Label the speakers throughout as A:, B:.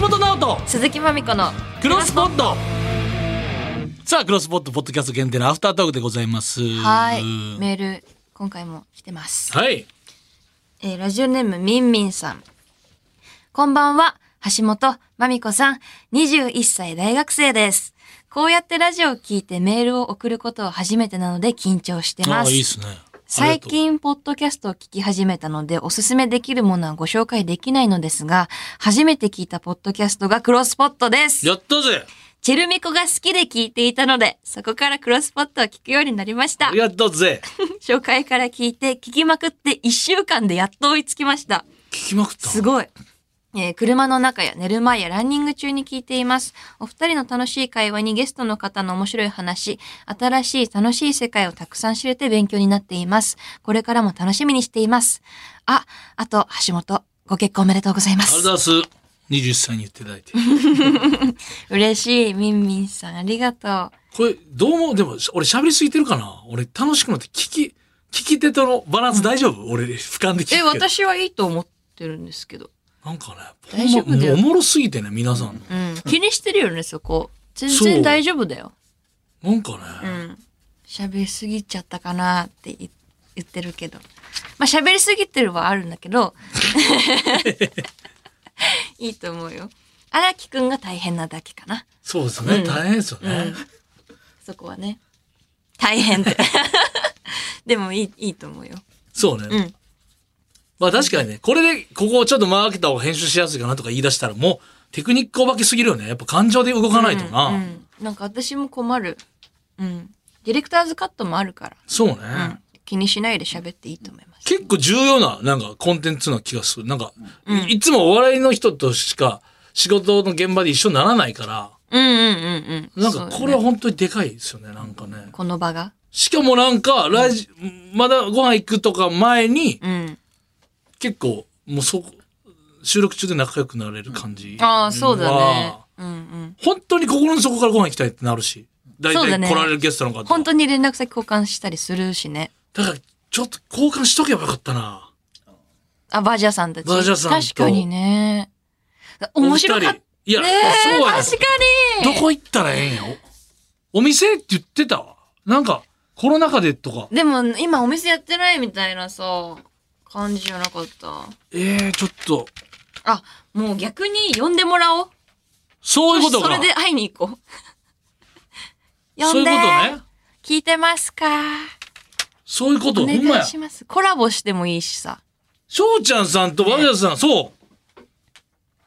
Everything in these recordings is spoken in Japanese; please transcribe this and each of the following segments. A: 橋本直人
B: 鈴木まみこの
A: クロスポットさあクロスポットポッドキャスト限定のアフタートークでございます
B: はいメール今回も来てます、
A: はい
B: えーラジオネームみんみんさんこんばんは橋本まみこさん21歳大学生ですこうやってラジオを聞いてメールを送ることは初めてなので緊張して
A: あ
B: ま
A: あ
B: す
A: いいですね
B: 最近、ポッドキャストを聞き始めたので、おすすめできるものはご紹介できないのですが、初めて聞いたポッドキャストがクロスポットで
A: あ
B: す
A: り。がとうやったぜ
B: チェルミコが好きで聞いていたので、そこからクロスポットを聞くようになりました
A: あり。がとうぜ
B: 紹介から聞いて、聞きまくって1週間でやっと追いつきました。
A: 聞きまくった
B: すごい。えー車の中や寝る前やランニング中に聞いています。お二人の楽しい会話にゲストの方の面白い話、新しい楽しい世界をたくさん知れて勉強になっています。これからも楽しみにしています。あ、あと、橋本、ご結婚おめでとうございま
A: あり
B: す。
A: がとうございます21歳に言っていただいて
B: 嬉しい、みんみんさん、ありがと
A: これどうもでも俺喋りすぎてるかな俺楽しくなって聞き聞き手とのバランス大丈夫、俺俯瞰で聞く
B: う。
A: け
B: え、
A: ど
B: 私はいいと思ってるんですけど。
A: なんかねほ
B: 大丈夫
A: ん
B: だ
A: ま
B: よ
A: もうおもろすぎてね皆さんの、
B: うん。気にしてるよね、そこ。全
A: そう
B: 然大丈夫だよ。
A: なんかね、
B: うん喋りすぎちゃったかなってい言ってるけどまあ喋りすぎてるはあるんだけ どいいと思うよ荒木くんが大変なだけかな
A: そうですね、
B: うん
A: 大変ですよね、
B: うんそこはね大変って でもいいいいと思うよ
A: そうね、
B: うん
A: まあ確かにねこれでここをちょっと間開けた方が編集しやすいかなとか言い出したらもうテクニックお化けすぎるよねやっぱ感情で動かないとな、
B: うんうんなんか私も困るうんディレクターズカットもあるか
A: そうね、
B: ら、うん、気にしないで喋っていいと思います
A: 結構重要な、なんか、コンテンツな気がする。なんか、
B: うん
A: いいつもお笑いの人としか、仕事の現場で一緒にならないから、
B: うんうんうんうん
A: なんか、これは
B: そうね
A: 本当にでかいですよね、なんかね。
B: この場が
A: しかもなんか、ラジ、まだご飯行くとか前に、
B: うん
A: 結構、もうそ、収録中で仲良くなれる感じ。
B: ああそうだね
A: は
B: うんうん
A: 本当に心の底からご飯行きたいってなるし。大
B: そうだ
A: 体
B: ね
A: 来られるゲストの方。
B: 本当に連絡先交換したりするしね。
A: だから、ちょっと交換しとけばよかったな。
B: あ、バージャーさんたち。
A: バージャーさんと
B: 確かにね。面白か
A: お二
B: っ
A: 人いや、
B: た。ねえ、
A: そうやね
B: 確かに。
A: どこ行ったらええんやおお店って言ってたわ。なんか、コロナ禍でとか。
B: でも、今お店やってないみたいなさ、感じじゃなかった。
A: ええちょっと。
B: あ、もう逆に呼んでもらおう。
A: そういうことか。
B: それで会いに行こう。
A: そ
B: 呼
A: うい
B: ん
A: うこ
B: で
A: とね。
B: 聞いてますか
A: そういうこ
B: お
A: と。ほんま
B: 願い
A: や。
B: します。コラボしてもいいしさ。
A: 翔ちゃんさんと和田さん、そう。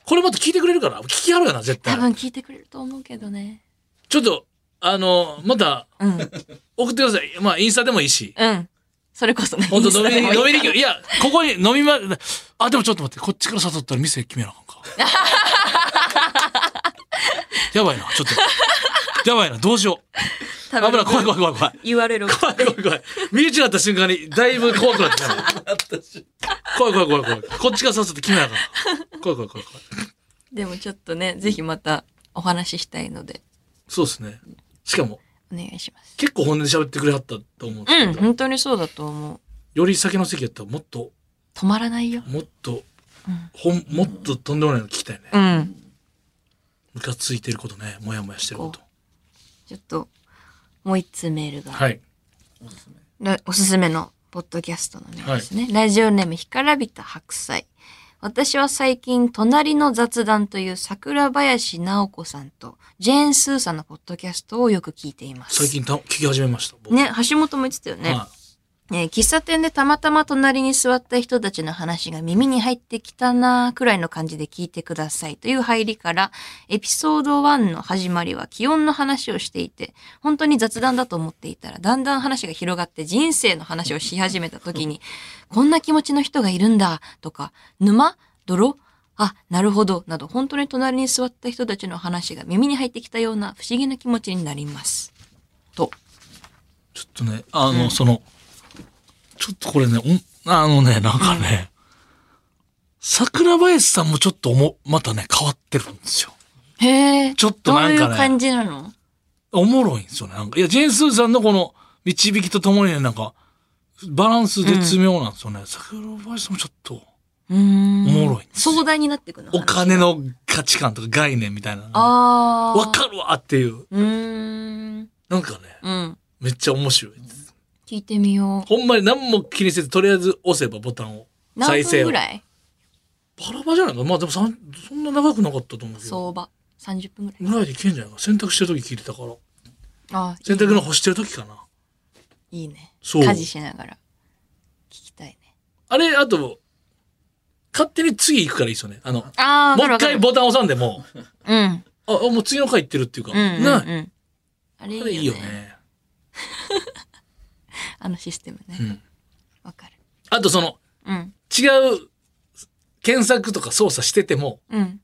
A: これまた聞いてくれるから。聞きはるやな、絶
B: 多
A: 対。
B: 分聞いてくれると思うけどね。
A: ちょっと、あの、また、
B: うん。
A: 送ってください。まあ、インスタでもいいし。
B: うん。それこそね。
A: 本当飲み、
B: インスタで もい
A: 飲
B: いから
A: みに行く。いや、ここに飲みま、あ、でもちょっと待って、こっちから誘ったら店決めなあかん か。やばいな、ちょっと。やばいな、どうしよう。
B: 多分
A: 危ない、怖い怖い怖い怖い。
B: URL を
A: 怖い怖い怖い。身内になった瞬間に、だいぶ怖くなってきた。怖い怖い怖い怖い。こっちから誘って決めなあかん。怖い怖い怖い怖い。
B: でもちょっとね、ぜひまたお話ししたいので、
A: そうですね。しかも、
B: お願いします。
A: 結構本音で喋ってくれはったと思うんです
B: うん、
A: けど、
B: 本当にそうだと思う。
A: より先の席やったらもっと、
B: 止まらないよ。
A: もっと
B: うん、
A: ほん、もっととんでもないの聞きたいね。
B: うん。
A: ムカついてることね、モヤモヤしてること。
B: ちょっと、もう一通メールが、
A: はい。
B: らおすすめのポッドキャストのメールですね。ラジオネーム、ひからびた白菜。私は最近、隣の雑談という桜林直子さんとジェーン・スーさんのポッドキャストをよく聞いています。
A: 最近た聞き始めました。僕
B: ね、橋本も言ってたよね。
A: は
B: えー喫茶店でたまたま隣に座った人たちの話が耳に入ってきたなーくらいの感じで聞いてくださいという入りから、エピソード1の始まりは気温の話をしていて、本当に雑談だと思っていたら、だんだん話が広がって人生の話をし始めた時に、こんな気持ちの人がいるんだとか、沼泥あ、なるほど、など、本当に隣に座った人たちの話が耳に入ってきたような不思議な気持ちになります。と。
A: いちょっとね、あの、その、ちょっとこれね、おんあのね、なんかね、桜林さんもちょっとおも、またね、変わってるんですよ。
B: へえ。
A: ちょっとなんかね
B: どういう感じなの
A: おもろいんですよね。なんか、いや、ジェーン・スーさんのこの、導きとともにね、なんか、バランス絶妙なんですよね。桜林さんもちょっと、
B: おも
A: もろい
B: 壮大になってくの。
A: お金の考価値観とか概念みたいなのが
B: ああ。
A: わかるわっていう。
B: うーん。
A: なんかね、
B: うん。
A: めっちゃ面白いです。
B: 聞いてみよ
A: ほんまに何も気にせず、とりあえず押せばボタンを。
B: う。何
A: 再生
B: 分
A: を
B: ぐらい
A: バラバラじゃないか。まあでもさんそんな長くなかったと思うけど。
B: 相場。30分ぐらい。
A: ぐらいでいけんじゃないか。洗濯してる時聞いてたから。
B: ああ。
A: 洗濯の干してる時かな。
B: いいね。
A: そう
B: 家事しながら。聞きたいね。
A: あれ、あと、勝手に次行くからいいですよね。あの、
B: ああ、
A: もう
B: わ
A: 一
B: か
A: 回
B: る
A: ボタン押さんでも、
B: わかるうん。
A: あ、あもう次の回行ってるっていうか。
B: うんうん、
A: な、こ
B: うん。あれいいよ
A: れい
B: ね
A: いよね。
B: あのシステムね
A: う。ん。
B: わかる。
A: あとその、
B: うん。
A: 違う検索とか操作してても
B: うん。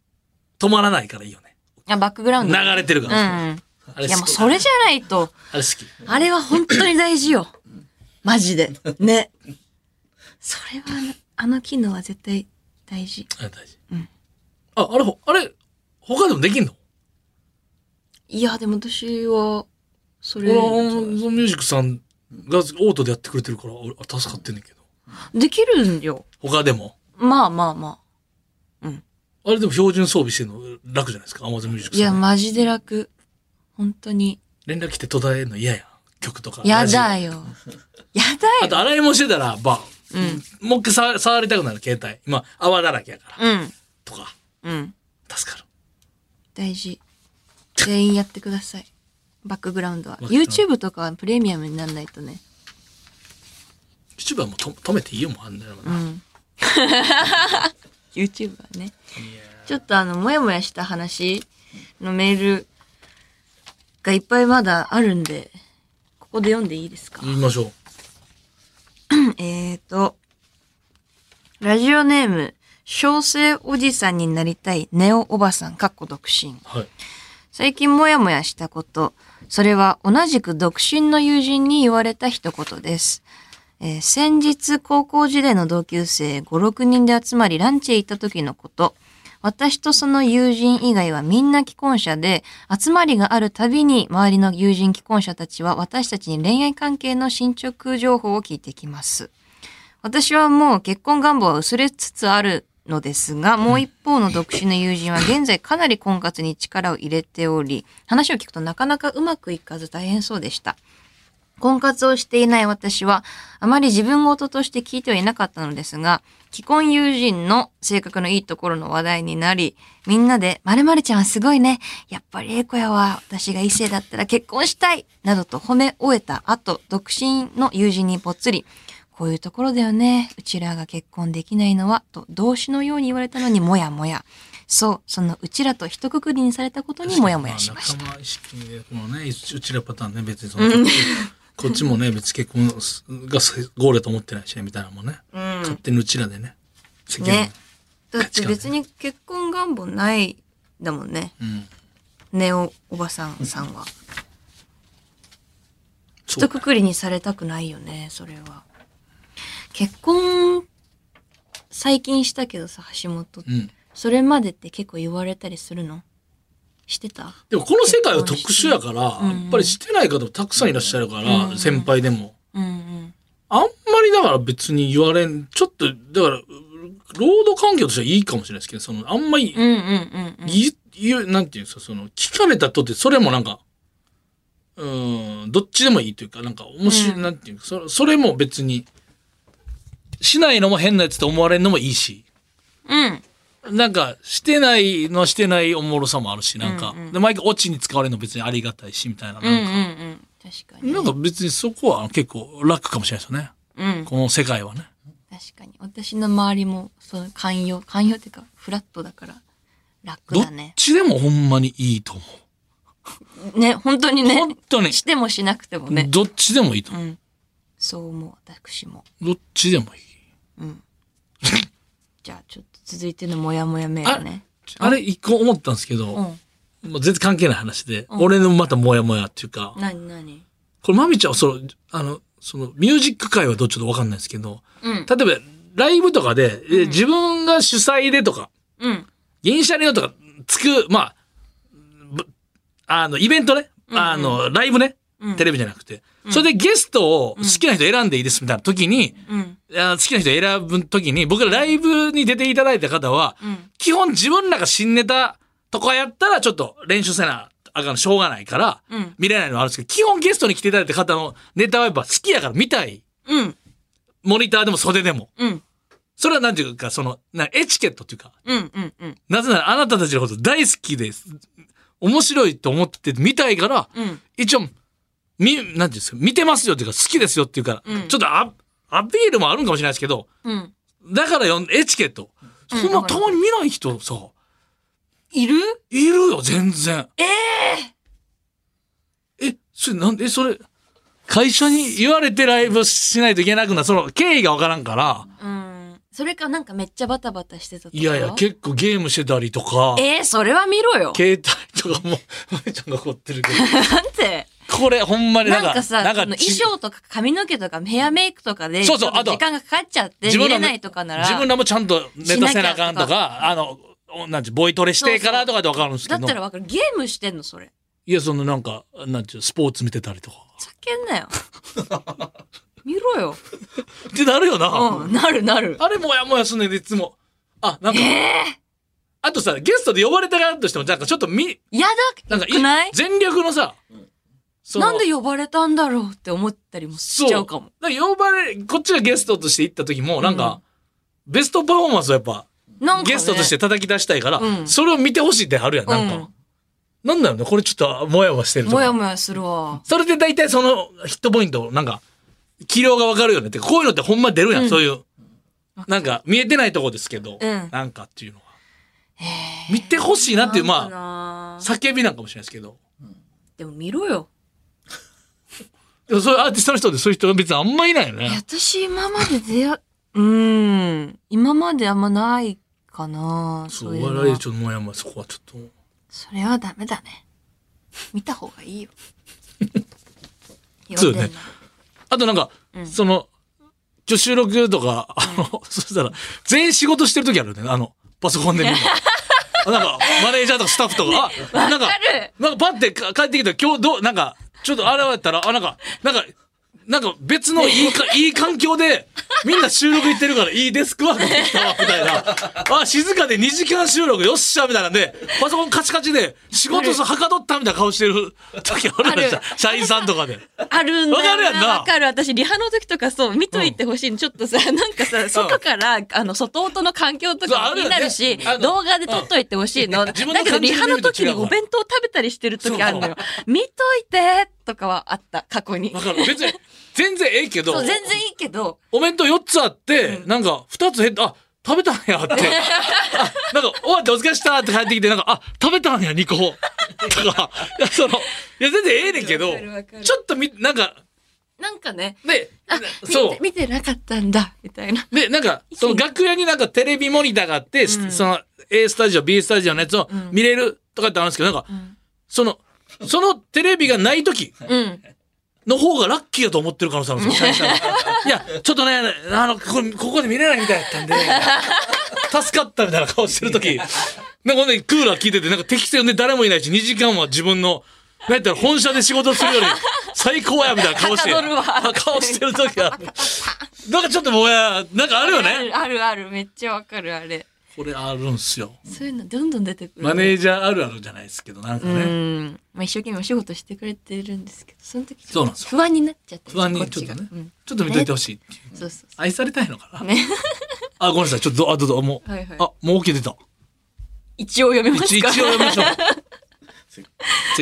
A: 止まらないからいいよね。
B: あ、バックグラウン
A: 流
B: ド。
A: れてる
B: う
A: か
B: ん
A: ら。
B: うん。
A: あれ
B: い
A: 好
B: や
A: き
B: もうそれじゃないと、
A: あれ好き。
B: あれは本当に大事よ。マジで。ね。それはね、あの機能は絶対大事。
A: あれ大事。
B: うん
A: あ、あれほ、あれ、他でもできんの
B: いや、でも私は、それ
A: 俺、はのミュージックさんがオートでやってくれてるから、俺、助かってんねんけど。
B: できるんよ。
A: 他でも。
B: まあまあま
A: あれでも標準装備してんの楽じゃないですか、アマゾンミュージッ
B: あ。
A: ク
B: い
A: さ
B: や、
A: ん。
B: マジで楽。本当に。
A: 連絡来て途絶えんの嫌やん。曲とか。
B: や
A: ラジオ
B: だよ。や
A: あと、洗い物してたら、ば、
B: だよ。
A: もう一回触触りたくなる、携帯。今、泡だらけやから。
B: うん。うん。
A: とか、
B: うん。
A: 助かる。
B: 大事全員やってくださいバックグラウンドは
A: ックグラウン
B: YouTube とかはプレミアムにならないとね
A: YouTube はもうと止めていいよ、もうあんなの。
B: うん YouTube は
A: い
B: ね
A: や
B: ちょっとあのモヤモヤした話のメールがいっぱいまだあるんでここで読んでいいですか、
A: 言いましょう。
B: えーとラジオネーム小生おじさんになりたいネオおばさんかっこ独身
A: はい。
B: 最近もやもやしたこと、それは同じく独身の友人に言われた一言です。えー先日高校時代の同級生5、6人で集まりランチへ行った時のこと、私とその友人以外はみんな既婚者で、集まりがあるたびに周りの友人既婚者たちは私たちに恋愛関係の進捗情報を聞いてきます。私はもう結婚願望は薄れつつあるのですが、もう一方の独身の友人は現在かなり婚活に力を入れており、話を聞くとなかなかうまくいかず大変そうでした。婚活をしていない私は、あまり自分事として聞いてはいなかったのですが、既婚友人の性格のいいところの話題になり、みんなで、〇〇ちゃんはすごいね。やっぱり英子やは私が異性だったら結婚したいなどと褒め終えた後、独身の友人にぽっつり、こういうところだよね。うちらが結婚できないのは、と動詞のように言われたのにもやもや。そう、そのうちらと一括りにされたことにもやもやしました。
A: あ仲間意識で、このね、うちうちらパターンね、別にその、こっちもね、別に結婚がゴールだと思ってないしね、みたいなのもね、勝手にうちらでね、世間の
B: ね。だって別に結婚願望ないんだもんね。
A: うん。
B: ネオおばさんさんは。
A: そ
B: 一
A: うだ
B: 括りにされたくないよね、それは。結婚、最近したけどさ、橋本。
A: うん。
B: それまでって結構言われたりするのしてた
A: でもこの世界は特殊やから、
B: うん
A: やっぱりしてない方もたくさんいらっしゃるから、
B: うん
A: 先輩でも。
B: うんうん。
A: あんまりだから別に言われん、ちょっと、だから、労働環境としてはいいかもしれないですけど、その、あんまり、
B: うんうんうんうん。
A: い言う、なんていうんですか、その、聞かれたとって、それもなんか、うーん、どっちでもいいというか、なんか、面白い、
B: うん
A: なんていうか、そそれも別に、しないのも変なやつと思われるのもいいし、
B: うん。
A: なんか、してないのはしてないおもろさもあるし、なんか、
B: うんうん
A: で、毎回オチに使われるの別にありがたいし、みたいな、なん
B: う
A: か、
B: んうんうん。確かに。
A: なんか別にそこは結構楽かもしれないですよね。
B: うん。
A: この世界はね。
B: 確かに。私の周りも、その寛容、寛容っていうか、フラットだから、楽
A: どっ
B: だね。
A: ちでもほんまにいいと思
B: ね、本当に
A: う。
B: ね。
A: 本当に。
B: してもしなくてもね。
A: どっちでもいいと
B: う
A: 思
B: ん。そう思う、私も。
A: う。どっちでもいい。
B: うん。じゃあ、ちょっと続いてのモヤモヤメールね。
A: あれ、一個思ったんですけど、
B: うん。
A: もう全然関係ない話で、
B: うん
A: 俺のまたモヤモヤっていうか、
B: なになに
A: これマミちゃんはその、あの、そのミュージック界はどっちょっとわかんないですけど、
B: うん。
A: 例えばライブとかで、え自分が主催でとか、
B: うん。
A: 銀シャリのとかつく、まあ、ぶあの、イベントね、あの、ライブね、
B: うん
A: テレビじゃなくて、それでゲストを好きな人選んでいいですみたいな時に、
B: うん。
A: あの好きな人選ぶ時に、僕らライブに出ていただいた方は、
B: うん。
A: 基本自分らが新ネタとかやったらちょっと練習せなあかんのしょうがないから、
B: うん。
A: 見れないのはあるんですけど、基本ゲストに来ていただいた方のネタはやっぱ好きやから見たい。
B: うん。
A: モニターでも袖でも。
B: うん。
A: それはなんていうか、その、なエチケットっていうか、
B: うん。うん。うん。
A: なぜならあなたたちのこと大好きです。面白いと思ってて見たいから、
B: うん。
A: 一応、み、なんていうんですか、見てますよっていうか、好きですよっていうか、
B: うん
A: ちょっとアアピールもあるんかもしれないですけど、
B: うん。
A: だからよん、エチケット。
B: うん
A: そんなたまに見ない人さ、
B: いる
A: いるよ、全然。
B: ええ
A: え、それなんで、えそれ、会社に言われてライブしないといけなくなる、その経緯がわからんから、
B: うん。それかなんかめっちゃバタバタしてたとか
A: いやいや、結構ゲームしてたりとか、
B: えー、それは見ろよ。
A: 携帯とかも、 まめちゃんが怒ってる け
B: なんて。
A: ど、これほんまになんか、
B: なんかさ、その衣
A: ち
B: 装とか髪の毛とかヘアメイクとかで、
A: そうそう
B: ちょっ
A: あと
B: 時間がかかっちゃって、
A: 自
B: 見
A: 分ら
B: れ
A: の
B: ないとかなら、
A: 自分らもちゃんとネタせなあかんとか、
B: しなき
A: あの、おなんちゅうボイトレしてからとかでわかるんです
B: だ
A: け
B: っ
A: ど、
B: たらわかる。ゲームしてんの、それ。
A: いや、そのなんか、なんちゅう、スポーツ見てたりとか。
B: ふざけんな よ。見ろよ。
A: ってなるよな。
B: うん、なるなる。
A: あれもやもやすんねんでいつも。あ、なんか、あとさ、ゲストで呼ばれた側としても、なんかちょっとみ、
B: や
A: な
B: だ
A: んかい
B: くない
A: 全力のさ、その
B: なんで呼ばれたんだろうって思ったりもしちゃうかも。
A: だから呼ばれ、こっちがゲストとして行った時も、なんか、ベストパフォーマンスをやっぱ、
B: なんか、ね、
A: ゲストとして叩き出したいから、
B: うん
A: それを見てほしいってあるやん、なんか。なんだろうね、これちょっと、もやもやしてる
B: うん、
A: と
B: もや
A: か。
B: もやするわ。
A: それで大体そのヒットポイント、なんか、器量がわかるよね。てかこういうのってほんま出るやん、
B: うん
A: そういう。なんか、見えてないとこですけど、
B: うん
A: なんかっていうのは。見てほしいなっていう、まあ、
B: まあ。
A: 叫びなんかもしれないですけど。
B: でも見ろよ。
A: でもそういうアーティストの人でそういう人は別にあんまいないよ
B: いや
A: ね。
B: 私今まで出会、うーん、今まであんまないかな。
A: そ
B: そう
A: う、
B: い
A: お
B: うの
A: 笑い
B: は
A: でちょっともやもや、そこはちょっと。
B: それはダメだね。見た方がいいよ。
A: そうねあとなんか、
B: うん
A: その、今日収録とか、あの、 そしたら、全員仕事してる時あるよね。あの、パソコンで見る のなんか、マネージャーとかスタッフとか、あ、なんか、なんかパッてか帰ってきたら今日どう、なんか、ちょっと現れたら、あ、なんか、なんか、なんか別のいい か、いい環境で、みんな収録行ってるから、いいデスクワークできたわ、みたいな。あ、静かで2時間収録、よっしゃ、みたいなんで、パソコンカチカチで、仕事さ、はかどったみたいな顔してる時あるでしょ
B: ある
A: 社員さんとかで。
B: あるんだ
A: わ
B: よな。
A: かるやんな
B: わかる。私、リハの時とかそう、見といてほしいの。ちょっとさ、なんかさ、外から、あの、外音の環境とかも気になるし、
A: そうあるよねあの
B: 動画で撮っといてほしいの。
A: うん
B: だけ
A: 自分の感じ
B: ど、
A: で見
B: リ
A: る
B: ハ
A: と
B: の時に
A: 違うわ
B: お弁当食べたりしてる時あるのよ。見といてとかはあった、過去に
A: わ。かる。 別に、全然ええけど
B: そ、う、全然いいけど、
A: お弁当4つあって、
B: う
A: なんか2つ減って、あ、食べたん やって。あなんか、終わってお疲れしたって帰ってきて、なんか、あ、食べたんや、2個。とか、いや、その、いや、全然ええねんけど
B: わかるわか、る
A: ちょっとみ、なんか、
B: なんかね、
A: で
B: あ、、
A: そ
B: 見て見てなかったんだ、みたいな。
A: う。で、なんか、その楽屋になんかテレビモニターがあって、
B: うん
A: その A スタジオ、B スタジオのやつを
B: うん
A: 見れるとかってあるんですけど、なんか、
B: うん。
A: その、そのテレビがない時
B: うん。
A: の方がラッキーだと思ってる可能性あるんですよ、社員 さんがいや、ちょっとね、あの、ここここで見れないみたいだったんで、 助かったみたいな顔してる時なんかほんでクーラー聞いてて、なんか適正で誰もいないし、2時間は自分の、なんやったら本社で仕事するより最高やみたいな顔して、
B: はかどるわ
A: 顔してる時ある。なんかちょっともや、なんかあるよ
B: あ
A: ね。
B: るあるある、めっちゃわかる、あれ。
A: これあるんすよ。
B: そういうのどんどん出てくる。
A: マネージャーあるあるじゃないですけど、なんか
B: う
A: ね。
B: ん。まあ一生懸命お仕事してくれてるんですけど、その時ち
A: そ
B: ょ
A: う
B: っ
A: なんで
B: と
A: すよ
B: 不安になっちゃって
A: 不安にちょっとね
B: うん。
A: ちょっと見といてほしいっていう。
B: そうそうそ
A: 愛されたいの か
B: う。
A: な
B: ね。
A: あ、ごめんなさい。ちょっと、あ、どうぞ、もう。
B: はいはい
A: あ、もう OK 出た。
B: 一応読みます
A: 一
B: か
A: 応読みましょう。せ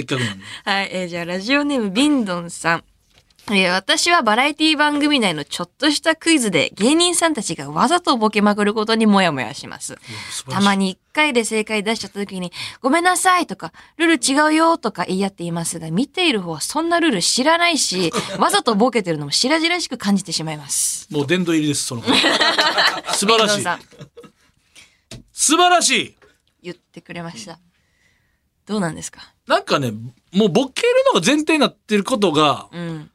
A: っかくなんで。
B: はい、えーじゃあラジオネームビンドンさん。えー私はバラエティ番組内のちょっとしたクイズで芸人さんたちがわざとボケまくることにモヤモヤします。たま
A: に。
B: に一回で正解出しちゃった時に、ごめんなさいとか、ルール違うよとか言い合っていますが、見ている方はそんなルール知らないし、わざとボケてるのも白々しく感じてしまいます。
A: もう殿堂入りです、 その子。素晴らし
B: 遠藤
A: い
B: さ。ん、
A: 素晴らしい。
B: 言ってくれました。どうなんですか
A: なんかね、もうボケるのが前提になってることが、
B: うん。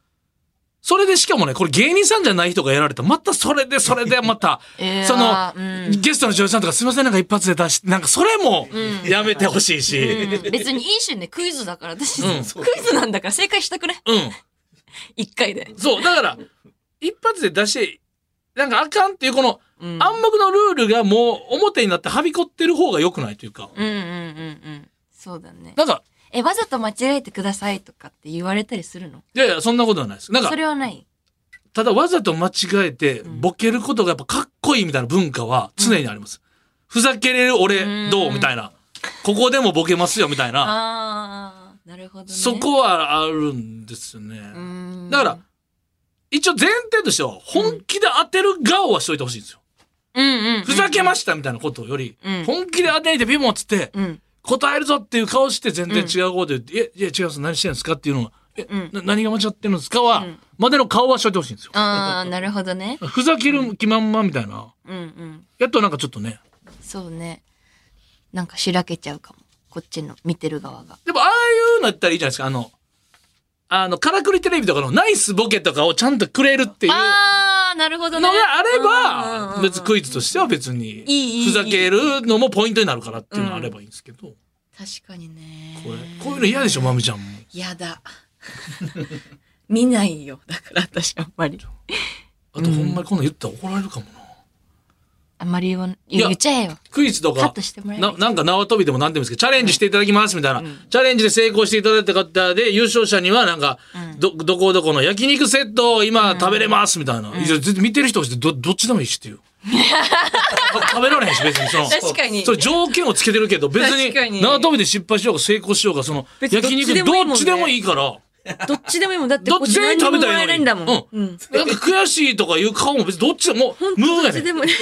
A: それでしかもね、これ芸人さんじゃない人がやられたら、またそれでそれ でまた
B: えー、
A: その、
B: うん
A: ゲストの女優さんとかすいません、なんか一発で出して、なんかそれも
B: うん
A: やめてほしいし、
B: うん別にいいしね、クイズだから、私、
A: うん
B: クイズなんだから正解したくね
A: うん。
B: 一回で。
A: そう、だから、一発で出して、なんかあかんっていうこの
B: うん
A: 暗黙のルールがもう表になってはびこってる方が良くないというか。
B: うんうんうんうん。そうだね。
A: なんか、
B: え、わざと間違えてくださいとかって言われたりするの
A: いやいや、そんなことはないです。なんか
B: そ、れはない。
A: ただわざと間違えて、
B: うん
A: ボケることがやっぱかっこいいみたいな文化は常にあります。ふざけれる俺、ど
B: う
A: うんみたいな。ここでもボケますよ、みたいな。
B: ああ、なるほどね。
A: そこはあるんですよね。
B: うーん
A: だから、一応前提としては、本気で当てる顔はしといてほしいんですよ。
B: うんうんうん、
A: ふざけましたみたいなことより、
B: うん
A: 本気で当てにいてビモっつって、
B: うん。
A: 答えるぞっていう顔して全然違うことで言って、いや、いや、違うんです何してるんですかっていうのが、え、
B: うん
A: な何が間違ってるんですかは、
B: うん
A: までの顔はしといてほしいんですよ。
B: ああ、なるほどね。
A: ふざける気まんまみたいな。
B: うんうん。
A: やっとなんかちょっとね。
B: そうね。なんかしらけちゃうかも。こっちの見てる側が。
A: でも、ああいうのやったらいいじゃないですか。あの、あの、からくりテレビとかのナイスボケとかをちゃんとくれるっていうのが
B: ああ、なるほどね。
A: あれ
B: うんうんうんう
A: ば、
B: ん
A: 別にクイズとしては別に
B: い
A: ふ
B: い、
A: ざけるのもポイントになるからっていうのがあればいいんですけど、こ
B: 確かにね。
A: れ、こういうの嫌でしょ、まみちゃんも。
B: 嫌だ。見ないよ。だから私あんまり。
A: あと、ほんまにこんなん言ったら怒られるかもな。
B: あんまり言わん
A: や
B: 言っちゃえよ。
A: クイズと
B: カッ
A: か
B: ト、してもらえばい
A: ないなんか縄跳びでも何でもいいですけど、チャレンジしていただきますみたいな、チャレンジで成功していただいた方で、優勝者にはなんか、ど、どこどこの焼肉セットを今食べれますみたいな。いや全然見てる人としてど、どっちでもいいし っていう。た食べられへんし、別にその。
B: 確かに
A: それ条件をつけてるけど、別
B: 確か
A: に
B: に
A: 縄跳びで失敗しようが成功しようが、その、
B: 別に
A: 焼肉ど
B: ど
A: っ
B: っ
A: ちで
B: ちで
A: も
B: も
A: い
B: い
A: いから、
B: どっちでもいいもん。だって
A: どっ
B: こっ
A: ち
B: ち
A: でもいい
B: 何
A: 食べ
B: もも
A: たら
B: ら
A: い
B: え
A: い
B: な
A: のに
B: いんだもん。
A: う
B: うん
A: ん。なんか悔しいとかいう顔も別にどっちでも、もう、無
B: どっ
A: や
B: ち
A: ね
B: で
A: ん
B: もね。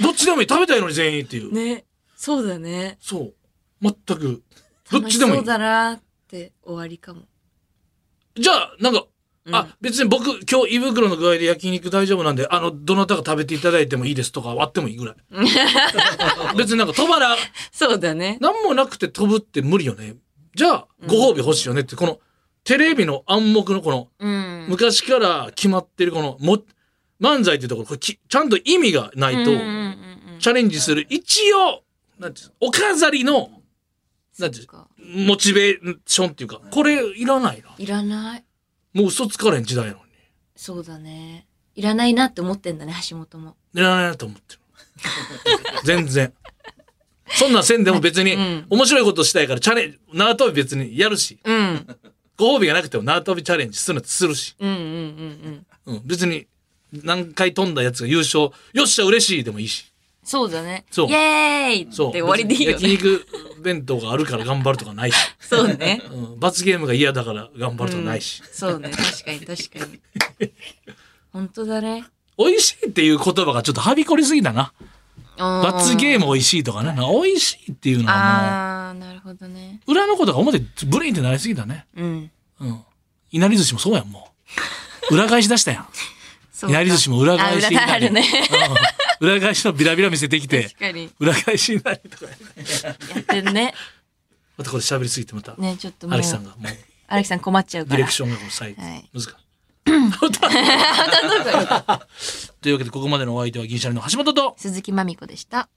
A: どっちでもいい食べたいのに全員っていう。
B: ね。そうだね。
A: そう。全く。どっちでもい
B: 楽しそ。
A: いう
B: だなーって終わりかも。
A: じゃあ、なんか、
B: うん
A: あ、別に僕、今日胃袋の具合で焼肉大丈夫なんで、あの、どなたか食べていただいてもいいですとか割ってもいいぐらい。 別になんか飛ばな、
B: そうだね。
A: なんもなくて飛ぶって無理よね。じゃあ、ご褒美欲しいよねって、この、テレビの暗黙のこの、
B: うん。
A: 昔から決まってるこの、も、漫才っていうところ、これきちゃんと意味がないと、
B: うんうんうんうん
A: チャレンジする、一応、なんていうのお飾りの、なんてい
B: そうっか
A: モチベーションっていうか、これいらないな。
B: いらない。
A: もう嘘つかれん時代なのに。
B: そうだね。いらないなって思ってんだね、橋本も。
A: いらないなと思ってる。全然。そんなんせんでも別に、
B: うん
A: 面白いことしたいからチャレンジ、縄跳び別にやるし、
B: うん。うん
A: ご褒美がなくても縄跳びチャレンジするのってするし、
B: うんうんうん。
A: うん、別に何回飛んだやつが優勝、よっしゃ嬉しいでもいいし、
B: そうだね。
A: そう
B: イエーイって
A: そう。
B: 終わりでいいよ
A: 別に
B: ね。
A: 焼肉弁当があるから頑張るとかないし、
B: そうね。
A: うん、罰ゲームが嫌だから頑張るとかないし、
B: そうね。確かに確かに。本当だね。
A: 美味しいっていう言葉がちょっとはびこりすぎだな。罰ゲー
B: ム。
A: ム美味しいとかね、なんか美味しいっていうのは
B: あー、なるほどね。
A: もう、裏のことが表でブレインってなりすぎだね。
B: うん。
A: うん。いなり寿司もそうやん、もう。裏返し出したやん。
B: そ
A: いなり寿司も裏返し
B: あ、
A: に
B: 裏
A: な
B: あ
A: り
B: る
A: う
B: ね。
A: ん裏返しのビラビラ見せてきて
B: 確、かに。
A: 裏返しになりとか。
B: やってるね。
A: またこれ喋りすぎてまた、
B: ね、ちょっともう。
A: 荒木さんが、もう、
B: 荒木さん困っちゃう
A: ディ
B: か
A: レ
B: ら
A: ク。ションがもう最後、
B: はい
A: 難しい。 というわけで、ここまでのお相手は銀シャリの橋本と、
B: 鈴木まみこでした。